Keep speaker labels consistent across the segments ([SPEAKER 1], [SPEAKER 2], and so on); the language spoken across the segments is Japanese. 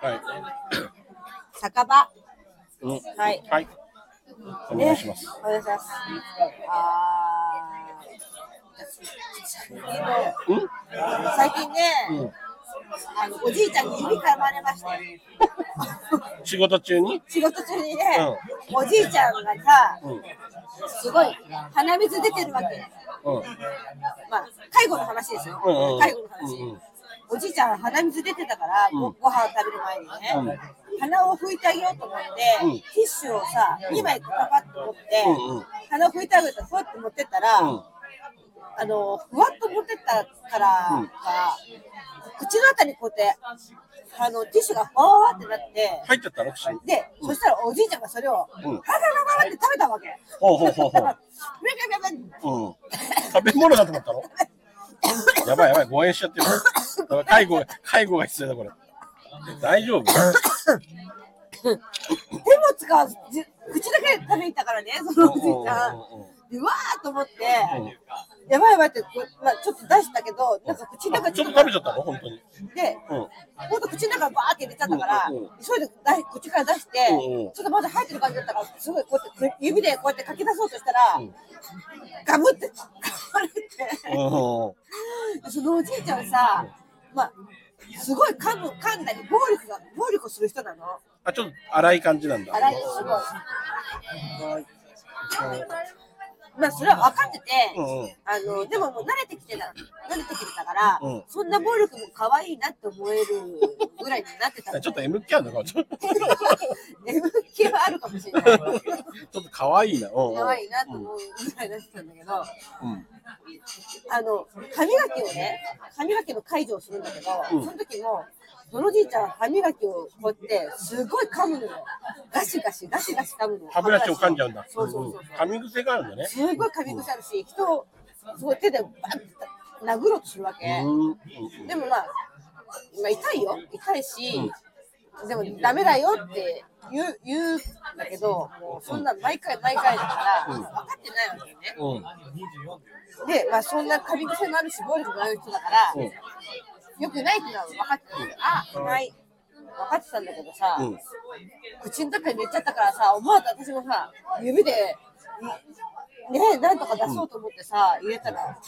[SPEAKER 1] はい。
[SPEAKER 2] 酒場。
[SPEAKER 1] うん。
[SPEAKER 2] はい。
[SPEAKER 1] はい。お願いします。
[SPEAKER 2] ねお願いします。あー
[SPEAKER 1] うん。
[SPEAKER 2] 最近ね、
[SPEAKER 1] うん。
[SPEAKER 2] あのおじいちゃんに指噛まれました。
[SPEAKER 1] 仕事中に。
[SPEAKER 2] 仕事中にね、おじいちゃんがさ、
[SPEAKER 1] うん。うん。
[SPEAKER 2] すごい鼻水出てるわけ。まあ、介護の話ですよ。
[SPEAKER 1] うんうん
[SPEAKER 2] 介護の話。
[SPEAKER 1] うんうん
[SPEAKER 2] おじいちゃん鼻水出てたから、ご
[SPEAKER 1] うん
[SPEAKER 2] ご飯を食べる前にね、鼻を拭いてあげようと思って、
[SPEAKER 1] うん
[SPEAKER 2] ティッシュをさ、2枚パパッと持って、
[SPEAKER 1] うんうん
[SPEAKER 2] 鼻を拭いてあげたら、ふわっと持ってったら、
[SPEAKER 1] うん。
[SPEAKER 2] あの、ふわっと持ってったか
[SPEAKER 1] う
[SPEAKER 2] らか
[SPEAKER 1] ん、
[SPEAKER 2] 口のあたりこうやって、あの、ティッシュがふわーってなって、
[SPEAKER 1] 入っちゃったの、口に。
[SPEAKER 2] で、そしたらおじいちゃんがそれを、はららららって食べたわけ。
[SPEAKER 1] ほうほうほうほう
[SPEAKER 2] べべべべ
[SPEAKER 1] うん。食べ物だと思ったの。 やばいやばい、誤嚥しちゃってる。やばい介護が、介護が必要だ、これ。大丈夫。
[SPEAKER 2] 手も使わず、じ口だけで食べに行ったからね、そのおじいちゃん。で、わーっと思って、やばいやばいって、こうまあ、ちょっと出したけど、なんか口の中
[SPEAKER 1] あちょっと食べちゃったの、本当に。
[SPEAKER 2] で、
[SPEAKER 1] うん。
[SPEAKER 2] ほんと口の中バーって入れちゃったから、
[SPEAKER 1] うんうんうん
[SPEAKER 2] 急いで出し口から出して、
[SPEAKER 1] うんうん
[SPEAKER 2] ちょっとまだ入ってる感じだったから、すごいこうやって指でこうやってかき出そうとしたら、
[SPEAKER 1] ん
[SPEAKER 2] ガブって噛まれて、
[SPEAKER 1] うん。
[SPEAKER 2] そのおじいちゃんさ、まあ、すごい噛む噛んだり暴力が暴力をする人なの。
[SPEAKER 1] あ、ちょっと荒い感じなんだ。
[SPEAKER 2] 洗いすごい。まあそれは分かってて、
[SPEAKER 1] うんうん
[SPEAKER 2] あのでももう慣れてきてた慣れてきてたから、
[SPEAKER 1] うん
[SPEAKER 2] そんな暴力も可愛いなって思えるぐらいになってた の
[SPEAKER 1] ちょっと M キャンの顔、ちょっと
[SPEAKER 2] M 級はあるかもしれない
[SPEAKER 1] ちょっと可愛いな。うんうん
[SPEAKER 2] 可愛いなと思うぐらいになってたんだけど、
[SPEAKER 1] うん
[SPEAKER 2] あの歯磨きをね歯磨きの解除をするんだけど、
[SPEAKER 1] うん
[SPEAKER 2] その時もそのじいちゃん歯磨きをこうやってすごい噛むのよガシガシガシガシ噛むの
[SPEAKER 1] 歯ブラシを噛んじゃうんだ。
[SPEAKER 2] そうそうそうそ
[SPEAKER 1] 噛
[SPEAKER 2] う、
[SPEAKER 1] み癖があるんだね。
[SPEAKER 2] すごい噛み癖あるし、人をそう手でバンって殴ろうとするわけ。
[SPEAKER 1] うん。うん
[SPEAKER 2] でもまあ、まあ、痛いよ、痛いし、でもダメだよって言う言うんだけど、もうそんな毎回毎回だから、分かってないわけね。
[SPEAKER 1] うん。
[SPEAKER 2] で、まあそんな噛み癖もあるし、暴力もある人だから、
[SPEAKER 1] うん
[SPEAKER 2] よくないってのは分かってたんだけどあ、はい。分かってたんだけどさ、
[SPEAKER 1] うん
[SPEAKER 2] 口の中に入れちゃったからさ、思わず私もさ、指で、ねえ、なんとか出そうと思ってさ、入れたら、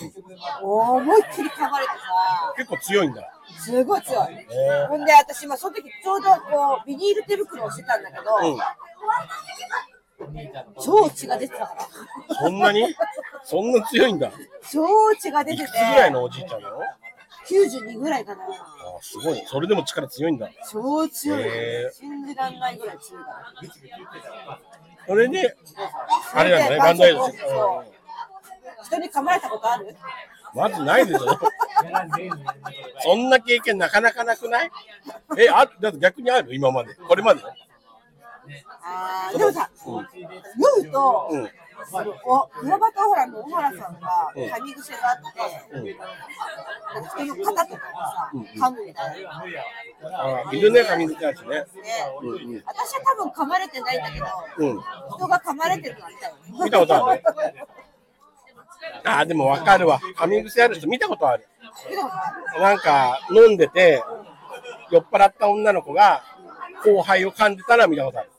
[SPEAKER 2] 思いっきり噛まれてさ、
[SPEAKER 1] 結構強いんだ。
[SPEAKER 2] すごい強い。
[SPEAKER 1] え
[SPEAKER 2] ほんで、私、まあ、その時ちょうどこうビニール手袋をしてたんだけど、
[SPEAKER 1] うん
[SPEAKER 2] 超血が出てたから、
[SPEAKER 1] そんなにそんな強いんだ。
[SPEAKER 2] 超血が出
[SPEAKER 1] い
[SPEAKER 2] て
[SPEAKER 1] くつ、ぐ
[SPEAKER 2] て
[SPEAKER 1] らいのおじいちゃんなの
[SPEAKER 2] 92ぐらいかな。
[SPEAKER 1] あすごい。それでも力強いんだ。
[SPEAKER 2] 超強い
[SPEAKER 1] へ。
[SPEAKER 2] 信じらんないぐらい強いから。
[SPEAKER 1] それで、
[SPEAKER 2] そ
[SPEAKER 1] あれ
[SPEAKER 2] れ
[SPEAKER 1] なんだね、
[SPEAKER 2] で
[SPEAKER 1] バンドエイド
[SPEAKER 2] そうそう人に噛まれたことある
[SPEAKER 1] まずないでしょ。そんな経験なかなかなくないえ、あ、だって逆にある今まで。これまで。
[SPEAKER 2] あーでもさ、
[SPEAKER 1] うん
[SPEAKER 2] 酔うと、
[SPEAKER 1] うん
[SPEAKER 2] そのお上バタホラの小原さんが噛み癖があって、
[SPEAKER 1] うん。
[SPEAKER 2] なんか人の肩とかをさ、噛むみたいな。
[SPEAKER 1] あいるね、髪の毛あるしね。
[SPEAKER 2] で
[SPEAKER 1] うんうん。
[SPEAKER 2] 私は多分噛まれてないんだけど、
[SPEAKER 1] うん。
[SPEAKER 2] 人が噛まれてるのは見たよね。
[SPEAKER 1] 見たことあるあ、でもわかるわ。髪癖ある人見たことある。
[SPEAKER 2] 見たことある
[SPEAKER 1] なんか飲んでて、酔っ払った女の子が後輩を噛んでたのは見たことある。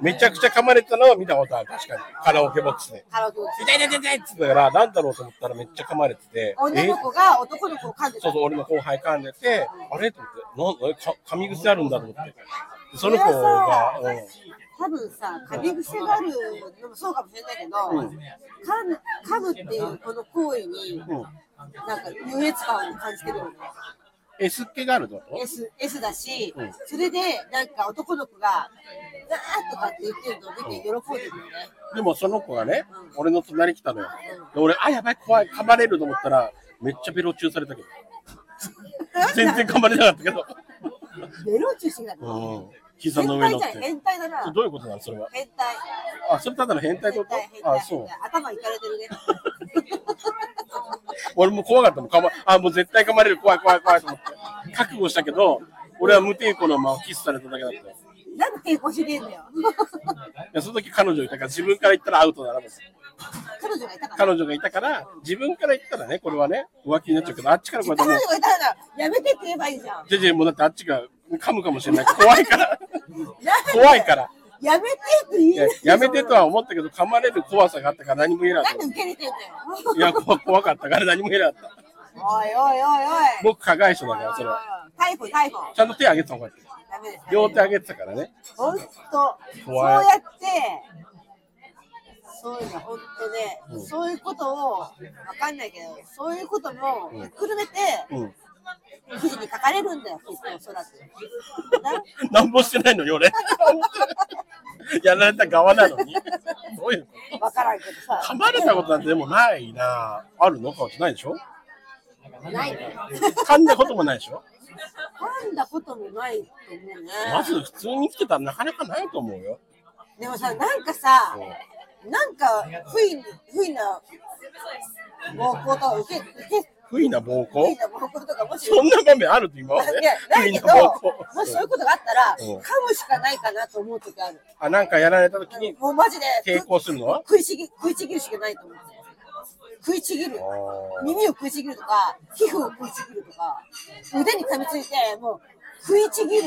[SPEAKER 1] めちゃくちゃ噛まれてたのは見たことある。確かに。カラオケボックスで。
[SPEAKER 2] カラオケボックス
[SPEAKER 1] 痛い痛い痛い痛いって言ったから、なんだろうと思ったらめっちゃ噛まれてて、
[SPEAKER 2] 女
[SPEAKER 1] え
[SPEAKER 2] の子が男の子を噛んで
[SPEAKER 1] そ
[SPEAKER 2] た
[SPEAKER 1] うそう、俺の後輩噛んでて、あれと思って、なんえか噛み癖あるんだと思って。その子が、うん
[SPEAKER 2] 多分さ、噛み癖があるのもそうかもしれないけど、
[SPEAKER 1] うん
[SPEAKER 2] 噛む噛むっていうこの行為に、
[SPEAKER 1] うん、
[SPEAKER 2] なんか優越感を感じてるよね。
[SPEAKER 1] エスっ気があるってこと
[SPEAKER 2] S, S だし、
[SPEAKER 1] うん
[SPEAKER 2] それでなんか男の子が、なーとかって言ってるのを見て喜んでるよね。
[SPEAKER 1] でもその子がね
[SPEAKER 2] うん、
[SPEAKER 1] 俺の隣来たのよ。で俺、あ、やばい、怖い、噛まれると思ったら、めっちゃベロチューされたけど。全然噛まれなかったけど。
[SPEAKER 2] ベロチューしてきたの。
[SPEAKER 1] うん。膝
[SPEAKER 2] 変
[SPEAKER 1] の上
[SPEAKER 2] 態
[SPEAKER 1] 乗っ
[SPEAKER 2] じゃん、
[SPEAKER 1] て。
[SPEAKER 2] 変態だな。
[SPEAKER 1] どういうことなのそれは。
[SPEAKER 2] 変態。
[SPEAKER 1] あ、それただの変態って
[SPEAKER 2] 変
[SPEAKER 1] こと
[SPEAKER 2] 態、変態。
[SPEAKER 1] あ、そう
[SPEAKER 2] 変。態頭いかれてるね。
[SPEAKER 1] 俺も怖かったもん。かま、あ、もう絶対噛まれる、怖い、怖い、怖いと思って。覚悟したけど、俺は無抵抗のままキスされただけだったよ。
[SPEAKER 2] なんで抵抗しねえんだよ。
[SPEAKER 1] いや、その時彼女いたから自分から言ったらアウトだなと思って。
[SPEAKER 2] 彼女がいたから。
[SPEAKER 1] 彼女がいたから、自分から言ったらね、これはね、浮気になっちゃうけど、あっちからこうや
[SPEAKER 2] 彼
[SPEAKER 1] っても
[SPEAKER 2] 女
[SPEAKER 1] う、
[SPEAKER 2] がいたから、やめてって言えばいいじゃん。
[SPEAKER 1] ジェジェもだってあっちが噛むかもしれない。怖いから。怖いから。
[SPEAKER 2] やめてって言
[SPEAKER 1] い
[SPEAKER 2] え
[SPEAKER 1] ややめてとは思ったけど、噛まれる怖さがあったから何も言えなか
[SPEAKER 2] な
[SPEAKER 1] っ
[SPEAKER 2] んで受け入れてんだよ。
[SPEAKER 1] た。いや、怖怖かったから何も言えなかった。
[SPEAKER 2] おいおいおいおい。
[SPEAKER 1] 僕、加害者だから、それは。
[SPEAKER 2] 逮捕逮捕。
[SPEAKER 1] ちゃんと手あげてた方がいい。
[SPEAKER 2] ダメです。
[SPEAKER 1] 両手上げてたからね。
[SPEAKER 2] ほんと、そう
[SPEAKER 1] 怖い
[SPEAKER 2] やって、そういうの、ほんとね、
[SPEAKER 1] うん
[SPEAKER 2] そういうことを、わかんないけど、そういうことも
[SPEAKER 1] うん、
[SPEAKER 2] くるめて、
[SPEAKER 1] うん。
[SPEAKER 2] 記事に書かれるんだよ、きっと、おそらく。な
[SPEAKER 1] なんもしてないのに、俺。 やられた側なのに。どういうこ
[SPEAKER 2] わからんけどさ
[SPEAKER 1] と。噛まれたことなんてでもないなあるのかもしれないでしょ
[SPEAKER 2] ないね。
[SPEAKER 1] 噛んだこともないでしょ
[SPEAKER 2] 噛んだこともないと思うね。
[SPEAKER 1] まず普通に生きてたらなかなかないと思うよ。
[SPEAKER 2] でもさ、なんかさ、なんか不意に、不意な暴行とか受け、受け、
[SPEAKER 1] 不意な暴
[SPEAKER 2] 不
[SPEAKER 1] 行
[SPEAKER 2] 意な暴行とか、もし、
[SPEAKER 1] そんな場面あるって今まで
[SPEAKER 2] いや、な
[SPEAKER 1] 不
[SPEAKER 2] い
[SPEAKER 1] 意
[SPEAKER 2] け
[SPEAKER 1] な
[SPEAKER 2] ど、
[SPEAKER 1] 暴行。
[SPEAKER 2] もしそういうことがあったら、
[SPEAKER 1] うん
[SPEAKER 2] 噛むしかないかなと思う時ある。
[SPEAKER 1] あ、なんかやられた時に
[SPEAKER 2] もうマジで、
[SPEAKER 1] 抵抗するのは
[SPEAKER 2] 食いちぎ食いちぎるしかないと思って。食いちぎる。耳を食いちぎるとか、皮膚を食いちぎるとか、腕に噛みついて、もう、食いちぎる。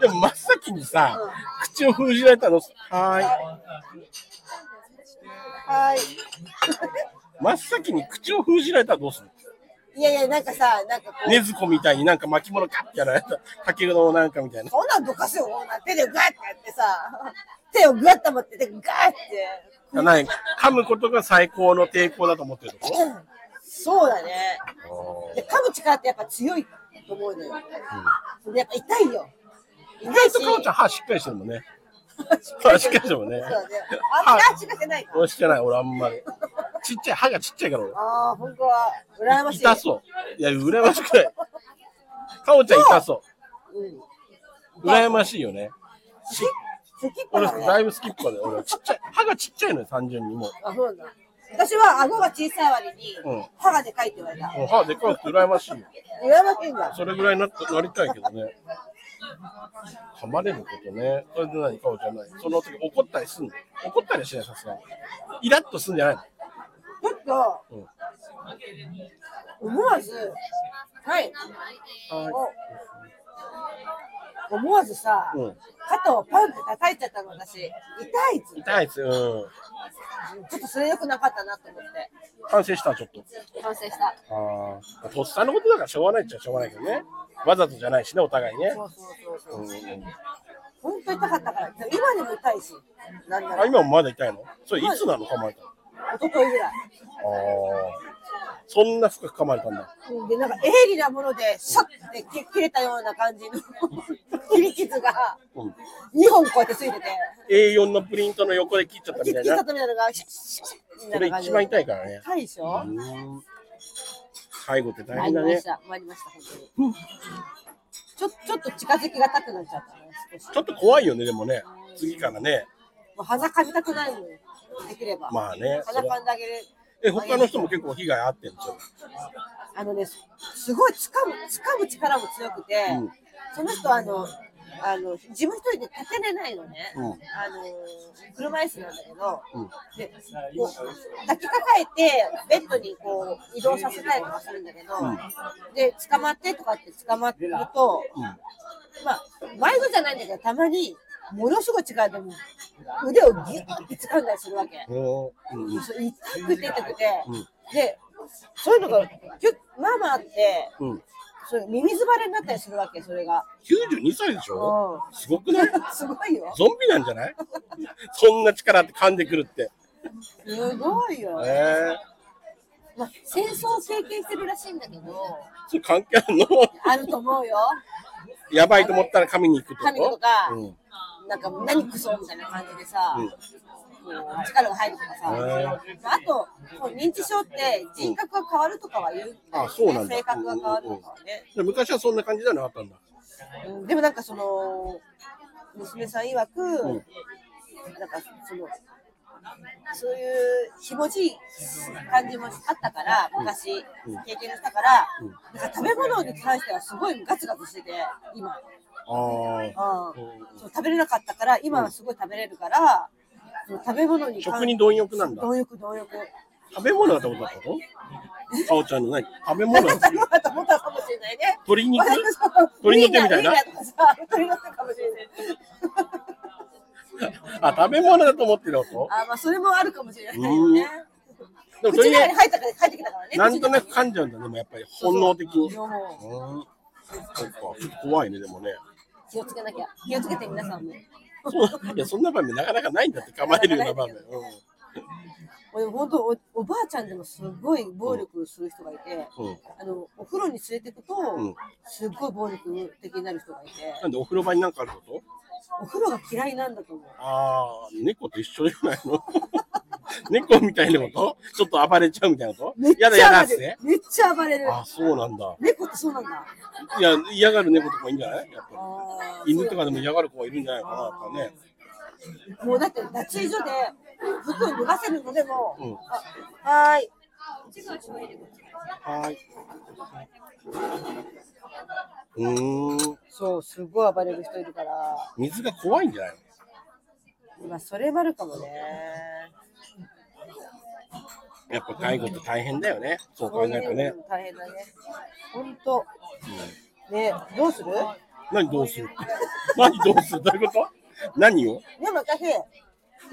[SPEAKER 1] でも真っ先にさ、口を封じられたの、は
[SPEAKER 2] は
[SPEAKER 1] ー
[SPEAKER 2] い。
[SPEAKER 1] い。真っ先に口を封じられたらどうする
[SPEAKER 2] いやいや、なんかさ、なんかこう、
[SPEAKER 1] ねずこみたいになんか巻物ガッてやられた。竹のなんかみたいな。
[SPEAKER 2] そんなんどかすよ、こんなん手でガッてやってさ、手をガッと持ってて、ガッて。
[SPEAKER 1] ない噛むことが最高の抵抗だと思ってるとこ
[SPEAKER 2] そうだね。で噛む力ってやっぱ強いと思うのよ。でやっぱ痛いよ。
[SPEAKER 1] 意
[SPEAKER 2] 痛
[SPEAKER 1] 外
[SPEAKER 2] いし
[SPEAKER 1] とかおちゃん歯しっかりしてるもんね。歯しっかりしてるもんね。
[SPEAKER 2] そうだね。あんまり違ってないから
[SPEAKER 1] 俺。してない、俺あんまり。ちっちゃい、歯がちっちゃいから俺。
[SPEAKER 2] ああ、本当は羨ましい。
[SPEAKER 1] 痛そう。いや、羨ましくない。かおちゃん痛そ
[SPEAKER 2] うん。
[SPEAKER 1] う。羨ましいよね。
[SPEAKER 2] 好きっぽ
[SPEAKER 1] 俺、
[SPEAKER 2] だ
[SPEAKER 1] だ
[SPEAKER 2] ね。
[SPEAKER 1] いぶスキップだよ。俺、ちっちゃい。歯がちっちゃいのよ、単純にもう。
[SPEAKER 2] あ、そうだ。私は顎が小さい割に
[SPEAKER 1] うん
[SPEAKER 2] 歯がでかいって言われた。
[SPEAKER 1] もう歯でかくて羨ましいよ。
[SPEAKER 2] 羨ましいんだ。
[SPEAKER 1] それぐらいになったなりたいけどね。噛まれることね。それで何かおちゃんない。その時怒ったりすんの怒ったりはしない、さすがに。イラッとすんじゃないの
[SPEAKER 2] ちょっと、思わず、はい。お思わずさ、
[SPEAKER 1] うん
[SPEAKER 2] 肩をパンって叩いちゃったの私。痛いっつって
[SPEAKER 1] 痛いですよ。
[SPEAKER 2] ちょっとそれ良くなかったなと思って。
[SPEAKER 1] うん。反省した、ちょっと。
[SPEAKER 2] 反省した。
[SPEAKER 1] ああ。とっさのことだからしょうがないっちゃしょうがないけどね。わざとじゃないしね、お互いね。
[SPEAKER 2] そうそうそうそう。
[SPEAKER 1] うんうん、
[SPEAKER 2] 本当痛かったから。今でも痛いし。なんだ
[SPEAKER 1] あ、
[SPEAKER 2] ろう。
[SPEAKER 1] 今もまだ痛いのそれいつなの噛まれたのあ
[SPEAKER 2] 一昨日ぐらい。
[SPEAKER 1] あ。そんな深く噛まれたんだ。
[SPEAKER 2] で、なんか鋭利なもので、シャッて切切れたような感じの切り傷が、
[SPEAKER 1] うん。
[SPEAKER 2] 2本こうやってついてて、
[SPEAKER 1] A4 のプリントの横で切っちゃった
[SPEAKER 2] 切
[SPEAKER 1] み
[SPEAKER 2] 切
[SPEAKER 1] た
[SPEAKER 2] っ
[SPEAKER 1] い
[SPEAKER 2] ちゃっ
[SPEAKER 1] な
[SPEAKER 2] た。みたいなのが、シャッシャッシャッみ
[SPEAKER 1] そ
[SPEAKER 2] たい
[SPEAKER 1] れ
[SPEAKER 2] な感じ
[SPEAKER 1] 一
[SPEAKER 2] で。
[SPEAKER 1] 番痛いからね。
[SPEAKER 2] 痛いでしょ
[SPEAKER 1] うん介護って大
[SPEAKER 2] 参
[SPEAKER 1] 変
[SPEAKER 2] り
[SPEAKER 1] だ
[SPEAKER 2] ま
[SPEAKER 1] ね
[SPEAKER 2] し。た、参りました、本当に。ちょちょっと近づきがたくなっちゃったね、少し。
[SPEAKER 1] ちょっと怖いよね、でもね。次からね。
[SPEAKER 2] もう鼻かみたくないのよ、できれば。
[SPEAKER 1] まあね
[SPEAKER 2] 鼻かんであげる。
[SPEAKER 1] え、他の人も結構被害あってんですよ。
[SPEAKER 2] あのね、すすごい掴む、掴む力も強くて、
[SPEAKER 1] うん
[SPEAKER 2] その人はあの、あの、自分一人で立てれないのね。
[SPEAKER 1] うん
[SPEAKER 2] あの、車椅子なんだけど、
[SPEAKER 1] うん
[SPEAKER 2] で、こう、抱きかかえて、ベッドにこう、移動させたりとかするんだけど、で、捕まってとかって捕まると、まあ、毎度じゃないんだけど、たまに、ものすごい力でも、腕をギュッて掴んだりするわけ。
[SPEAKER 1] おーうんうん
[SPEAKER 2] そう痛くて痛くて、
[SPEAKER 1] ん
[SPEAKER 2] でそういうのがギュッママって
[SPEAKER 1] うん。
[SPEAKER 2] それ耳ズバレになったりするわけそれが、
[SPEAKER 1] 92歳でしょ
[SPEAKER 2] う
[SPEAKER 1] すごくない
[SPEAKER 2] ん、すごいよ
[SPEAKER 1] ゾンビなんじゃないそんな力って噛んでくるって。
[SPEAKER 2] すごいよ、
[SPEAKER 1] えー、
[SPEAKER 2] まあ、戦争を経験してるらしいんだけど
[SPEAKER 1] それ関係あるの
[SPEAKER 2] あると思うよ
[SPEAKER 1] やばいと思ったら噛みに行くって
[SPEAKER 2] 神
[SPEAKER 1] こと
[SPEAKER 2] とか、
[SPEAKER 1] うん
[SPEAKER 2] なんかもう何クソみたいな感じでさ、
[SPEAKER 1] うん
[SPEAKER 2] こう力が入るとかさ、
[SPEAKER 1] へ
[SPEAKER 2] あとこう認知症って人格が変わるとかは言う、
[SPEAKER 1] あそうなんだ
[SPEAKER 2] 性格が変わるとかはね、
[SPEAKER 1] で昔はそんな感じじゃなかったんだ。
[SPEAKER 2] うんでもなんかその娘さん曰く、
[SPEAKER 1] ん
[SPEAKER 2] なんかそのそういうひもじい感じもあったから昔、
[SPEAKER 1] うん
[SPEAKER 2] 経験したから、
[SPEAKER 1] うん
[SPEAKER 2] なんか食べ物に関してはすごいガツガツしてて今、
[SPEAKER 1] ああ。
[SPEAKER 2] うん
[SPEAKER 1] うん
[SPEAKER 2] そう食べれなかったから今はすごい食べれるから、食べ物に関
[SPEAKER 1] 食に貪欲なんだ。
[SPEAKER 2] 貪欲、貪欲。
[SPEAKER 1] 食べ物はどうだったのかおちゃんのね、食べ物は
[SPEAKER 2] 食べ物だと思ったかもしれないね。
[SPEAKER 1] 鶏肉
[SPEAKER 2] 私も
[SPEAKER 1] 鶏の手みたいな
[SPEAKER 2] ウインナーとかさ、鶏の手かもしれない。
[SPEAKER 1] あ、食べ物だと思ってるのと。
[SPEAKER 2] あ、まあ、それもあるかもしれない
[SPEAKER 1] うん
[SPEAKER 2] ね。
[SPEAKER 1] でもと
[SPEAKER 2] 口
[SPEAKER 1] り
[SPEAKER 2] の
[SPEAKER 1] あえ
[SPEAKER 2] 中に入ったから、入ってきたからね。
[SPEAKER 1] ず、なんとな
[SPEAKER 2] 口
[SPEAKER 1] く噛んじゃうんだね、もうやっぱり本能的に。うん。
[SPEAKER 2] の中に。も
[SPEAKER 1] そっか、怖いね、でもね。
[SPEAKER 2] う気をつけなきゃ。気をつけて、皆さんも。
[SPEAKER 1] そういや、そんな場面なかなかないんだって、構えるような場面。うん。
[SPEAKER 2] 俺、本当お、おばあちゃんでもすごい暴力する人がいて、
[SPEAKER 1] うん
[SPEAKER 2] あの、お風呂に連れてくと、
[SPEAKER 1] うん
[SPEAKER 2] すっごい暴力的になる人がいて、
[SPEAKER 1] なんでお風呂場になんかあること
[SPEAKER 2] お風呂が嫌いなんだと思う。
[SPEAKER 1] ああ、猫と一緒じゃないの 猫みたいなことちょっと暴れちゃうみたいなこと
[SPEAKER 2] めっち
[SPEAKER 1] やだやだ
[SPEAKER 2] ゃ
[SPEAKER 1] っ
[SPEAKER 2] 暴れ
[SPEAKER 1] す
[SPEAKER 2] る
[SPEAKER 1] ね。。
[SPEAKER 2] めっちゃ暴れる。
[SPEAKER 1] あそうなんだ。
[SPEAKER 2] 猫ってそうなんだ。
[SPEAKER 1] いや、嫌がる猫とかいいんじゃないやっぱ
[SPEAKER 2] あー
[SPEAKER 1] り。犬とかでも嫌がる子がいるんじゃないかな、やっぱね。
[SPEAKER 2] もうだって脱衣所で服を脱がせるのでも、
[SPEAKER 1] うん
[SPEAKER 2] あはーい
[SPEAKER 1] はーい。うーん。
[SPEAKER 2] そうすごい暴れる人いるから、
[SPEAKER 1] 水が怖いんじゃないの
[SPEAKER 2] まあ、それもあるかもね
[SPEAKER 1] やっぱ介護って大変だよね。そう考えるとね
[SPEAKER 2] そ。ういうの大変だね本当ねどうする
[SPEAKER 1] 何どうする 何どうするどういうこと何を
[SPEAKER 2] でも私そ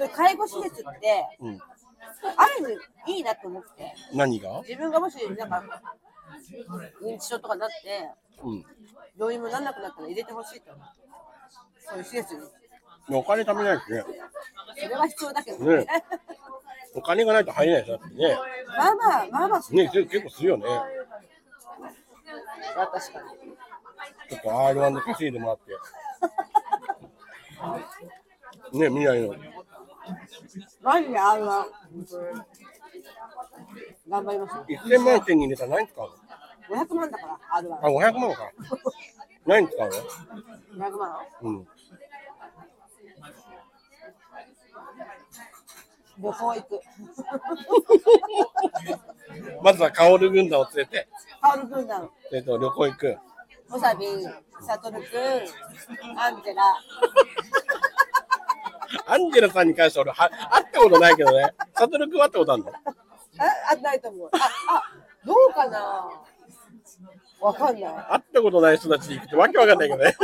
[SPEAKER 2] れ介護施設って
[SPEAKER 1] うん。
[SPEAKER 2] ある意味いいなと思って
[SPEAKER 1] 何が
[SPEAKER 2] 自分がもしなんか認知症とかなって
[SPEAKER 1] うん。
[SPEAKER 2] 病院もなんなくなったら入れてほしいと思うそういう施設に
[SPEAKER 1] お金貯めないとね。
[SPEAKER 2] それは必要だけどね
[SPEAKER 1] ねお金がないと入れないでしょだってね。
[SPEAKER 2] まあまあまあまあする
[SPEAKER 1] ね
[SPEAKER 2] よ、
[SPEAKER 1] 結構するよね。
[SPEAKER 2] 確かに
[SPEAKER 1] ちょっと R1 で稼いでもらって。ね、未来の。
[SPEAKER 2] マジで合うわ。頑張ります。
[SPEAKER 1] 1000万点に入れたら何使うの
[SPEAKER 2] 500万だから、あるわ
[SPEAKER 1] あ、。500万か。何使う
[SPEAKER 2] 500万。
[SPEAKER 1] のうん。
[SPEAKER 2] 旅行行く。
[SPEAKER 1] まずはカオル軍団を連れて、
[SPEAKER 2] ハウル軍団、
[SPEAKER 1] えっと、旅行行く。
[SPEAKER 2] ムサビ、サトル君、アンジェラ。
[SPEAKER 1] アンジェラさんに関しては俺は会ったことないけどね。サトル君は会ったことあるの
[SPEAKER 2] あ、あ、ないと思う。あ、あ、どうかなわかんない。
[SPEAKER 1] 会ったことない人たちに行くってわけわかんないけどね。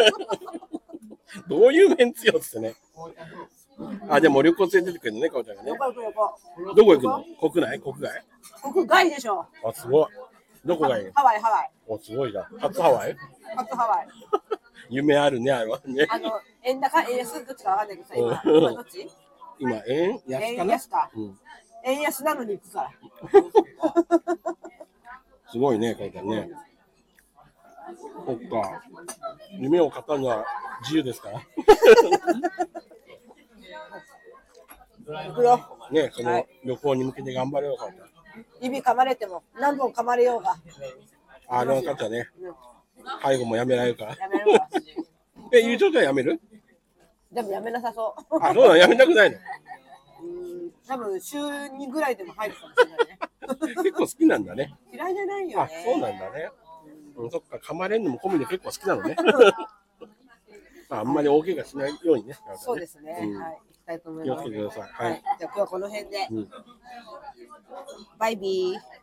[SPEAKER 1] どういうメンツよっつってね。あ、でも旅行連れてってくれるのね、かおちゃんがね
[SPEAKER 2] 旅。行行く旅行。
[SPEAKER 1] どこ行くの国内国外
[SPEAKER 2] 国外でしょ。
[SPEAKER 1] あ、すごい。どこがいい
[SPEAKER 2] ハワイ、ハワイ。
[SPEAKER 1] お、すごいな。初ハワイ
[SPEAKER 2] 初ハワイ。
[SPEAKER 1] 夢あるね、あれはね。
[SPEAKER 2] あの、円高、円安、どっちかわかんないけどさ、今、
[SPEAKER 1] うん
[SPEAKER 2] 今どっち
[SPEAKER 1] 今、円安か
[SPEAKER 2] 円
[SPEAKER 1] な
[SPEAKER 2] 安か。
[SPEAKER 1] うん。
[SPEAKER 2] 円安なのに行くから。
[SPEAKER 1] すごいね、これだね。そっか。夢を語るのは自由ですから。
[SPEAKER 2] 行くよ。
[SPEAKER 1] ね、そ
[SPEAKER 2] は
[SPEAKER 1] の
[SPEAKER 2] い
[SPEAKER 1] 旅行に向けて頑張れよ、かおちゃん。
[SPEAKER 2] 指噛まれても、何本噛まれようが。
[SPEAKER 1] あれはかったね。
[SPEAKER 2] うん
[SPEAKER 1] 介護もやめられるから。
[SPEAKER 2] やめる わ。
[SPEAKER 1] え、ゆうちょちゃんやめる
[SPEAKER 2] でもやめなさそう。
[SPEAKER 1] あ、そうなのやめたくないの
[SPEAKER 2] うん、多分週2ぐらいでも入るかもしれないね。
[SPEAKER 1] 結構好きなんだね。
[SPEAKER 2] 嫌いじゃないよ
[SPEAKER 1] あ
[SPEAKER 2] ね。、
[SPEAKER 1] そうなんだね。うん、そっか、噛まれんのも込みで結構好きなの ね。ああんまり大怪我しないようにね。
[SPEAKER 2] そうですね。
[SPEAKER 1] うん
[SPEAKER 2] はい。行きたいと思い
[SPEAKER 1] 気を
[SPEAKER 2] ま
[SPEAKER 1] つ
[SPEAKER 2] す。
[SPEAKER 1] けてください。
[SPEAKER 2] は
[SPEAKER 1] はい
[SPEAKER 2] い。。じゃあ今日はこの辺で。
[SPEAKER 1] うん
[SPEAKER 2] バイビー。